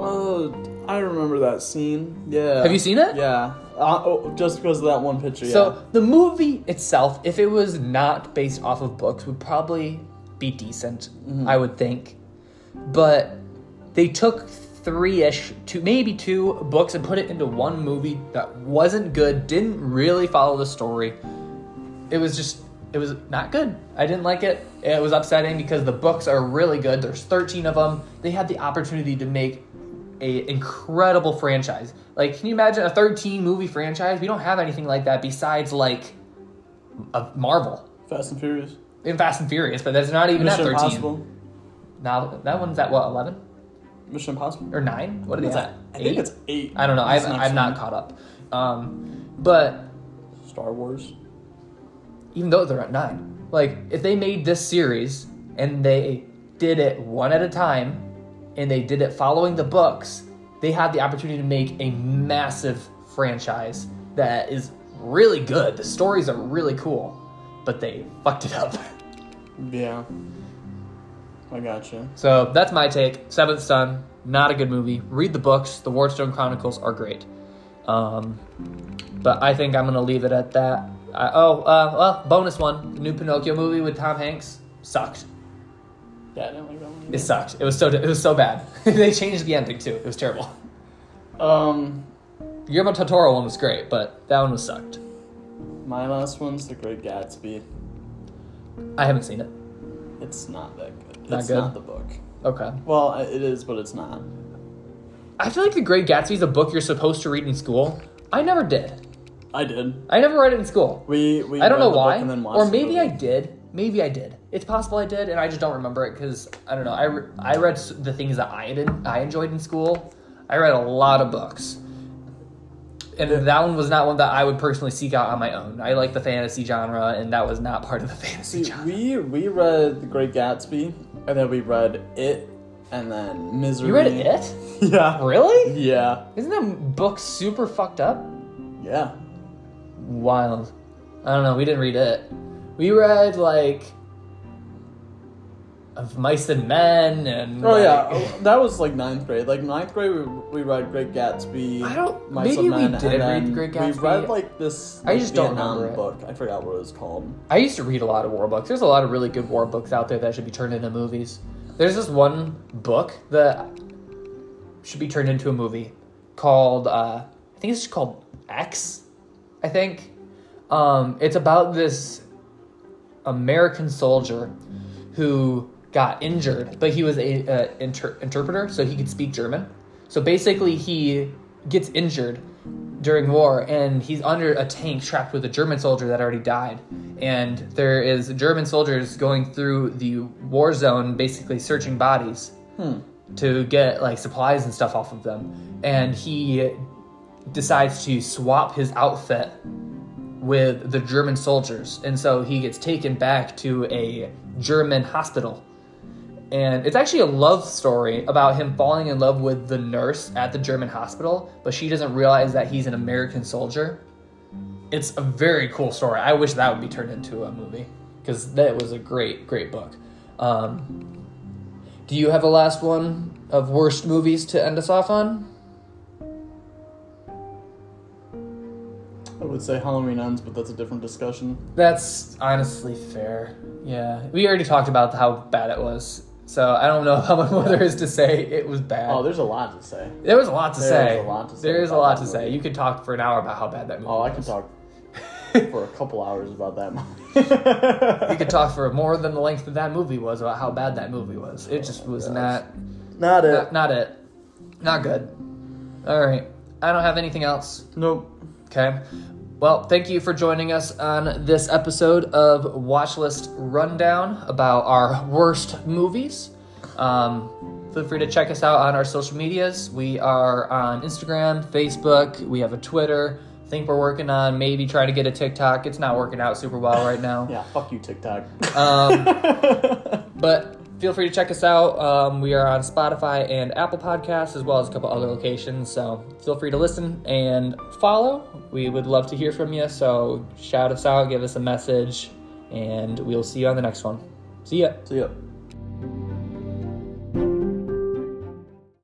S6: Oh, I remember that scene. Yeah.
S5: Have you seen it?
S6: Yeah. Uh, oh, just because of that one picture.
S5: So the movie itself, if it was not based off of books, would probably be decent, I would think. But they took three-ish, two maybe two books and put it into one movie that wasn't good, didn't really follow the story. It was just it was not good. I didn't like it. It was upsetting because the books are really good. There's 13 of them. They had the opportunity to make a incredible franchise. Like, can you imagine a 13 movie franchise? We don't have anything like that besides like a Marvel
S6: yeah. Fast and Furious.
S5: and Fast and Furious, but that's not even
S6: Mission
S5: at 13.
S6: Impossible.
S5: Now that one's at what 11
S6: Mission Impossible.
S5: or nine? What is
S6: Yeah.
S5: that?
S6: I think it's eight.
S5: I don't know.
S6: It's
S5: I've,
S6: next
S5: I've not
S6: one.
S5: caught up. Um, but
S6: Star Wars.
S5: even though they're at nine. Like, if they made this series and they did it one at a time and they did it following the books, they had the opportunity to make a massive franchise that is really good. The stories are really cool, but they fucked it up.
S6: Yeah. I gotcha.
S5: So that's my take. Seventh Son, not a good movie. Read the books. The Wardstone Chronicles are great. Um, but I think I'm gonna leave it at that. I, oh, uh, well, bonus one: the new Pinocchio movie with Tom Hanks sucked.
S6: Yeah, I didn't like that one.
S5: It sucked. It was so it was so bad. they changed the ending too. It was terrible.
S6: Um,
S5: Guillermo del Toro one was great, but that one was sucked.
S6: my last one's The Great Gatsby.
S5: I haven't seen it.
S6: It's not that good.
S5: Not
S6: it's
S5: good?
S6: not the book.
S5: Okay.
S6: Well, I- it is, but it's not.
S5: I feel like The Great Gatsby is a book you're supposed to read in school. I never did.
S6: I did.
S5: I never read it in school.
S6: We we.
S5: I don't know
S6: read the book
S5: why,
S6: and then watched
S5: or
S6: the
S5: maybe
S6: movie.
S5: I did. Maybe I did. It's possible I did, and I just don't remember it because I don't know. I, re- I read s- the things that I did I enjoyed in school. I read a lot of books, and that one was not one that I would personally seek out on my own. I like the fantasy genre, and that was not part of the fantasy
S6: See,
S5: genre.
S6: we we read The Great Gatsby, and then we read It, and then Misery.
S5: You read it?
S6: Yeah.
S5: Really?
S6: Yeah.
S5: Isn't that book super fucked up?
S6: Yeah.
S5: Wild. I don't know. We didn't read it. We read like of mice and men and
S6: Oh yeah,
S5: like-
S6: oh, that was like ninth grade. Like ninth grade, we, we read Great Gatsby.
S5: I don't-
S6: Mice
S5: maybe
S6: and
S5: we
S6: Men,
S5: did read
S6: and then
S5: Great
S6: We
S5: Gatsby.
S6: read like this.
S5: I just don't
S6: Vietnam
S5: remember it.
S6: book. I forgot what it was called.
S5: I used to read a lot of war books. There's a lot of really good war books out there that should be turned into movies. There's this one book that should be turned into a movie called uh, I think it's just called X. I think um, it's about this American soldier who got injured, but he was a, a inter- interpreter, so he could speak German. So basically, he gets injured during war, and he's under a tank trapped with a German soldier that already died. And there is German soldiers going through the war zone, basically searching bodies to get like supplies and stuff off of them. And he decides to swap his outfit with the German soldiers. And so he gets taken back to a German hospital. And it's actually a love story about him falling in love with the nurse at the German hospital, but she doesn't realize that he's an American soldier. It's a very cool story. I wish that would be turned into a movie because that was a great, great book. Um, do you have a last one of worst movies to end us off on?
S6: I would say Halloween Ends, but that's a different discussion.
S5: That's honestly fair. Yeah, we already talked about how bad it was, so I don't know how much more there is to say. It was bad.
S6: Oh, there's a lot to say.
S5: there was a lot to
S6: There
S5: say.
S6: is a lot to say
S5: There is a
S6: about
S5: lot
S6: that
S5: to say.
S6: movie.
S5: You could talk for an hour about how bad that movie.
S6: Oh, I can
S5: was.
S6: talk for a couple hours about that. movie.
S5: You could talk for more than the length of that movie was about how bad that movie was. It
S6: Oh
S5: just was not,
S6: Not it.
S5: not not it, not good. All right, I don't have anything else.
S6: Nope.
S5: Okay. Well, thank you for joining us on this episode of Watchlist Rundown about our worst movies. Um, feel free to check us out on our social medias. We are on Instagram, Facebook, we have a Twitter. I think we're working on maybe trying to get a TikTok. It's not working out super well right now.
S6: Yeah, fuck you, TikTok.
S5: But feel free to check us out. Um, we are on Spotify and Apple Podcasts, as well as a couple other locations. So feel free to listen and follow. We would love to hear from you. So shout us out, give us a message, and we'll see you on the next one. See ya.
S6: See ya.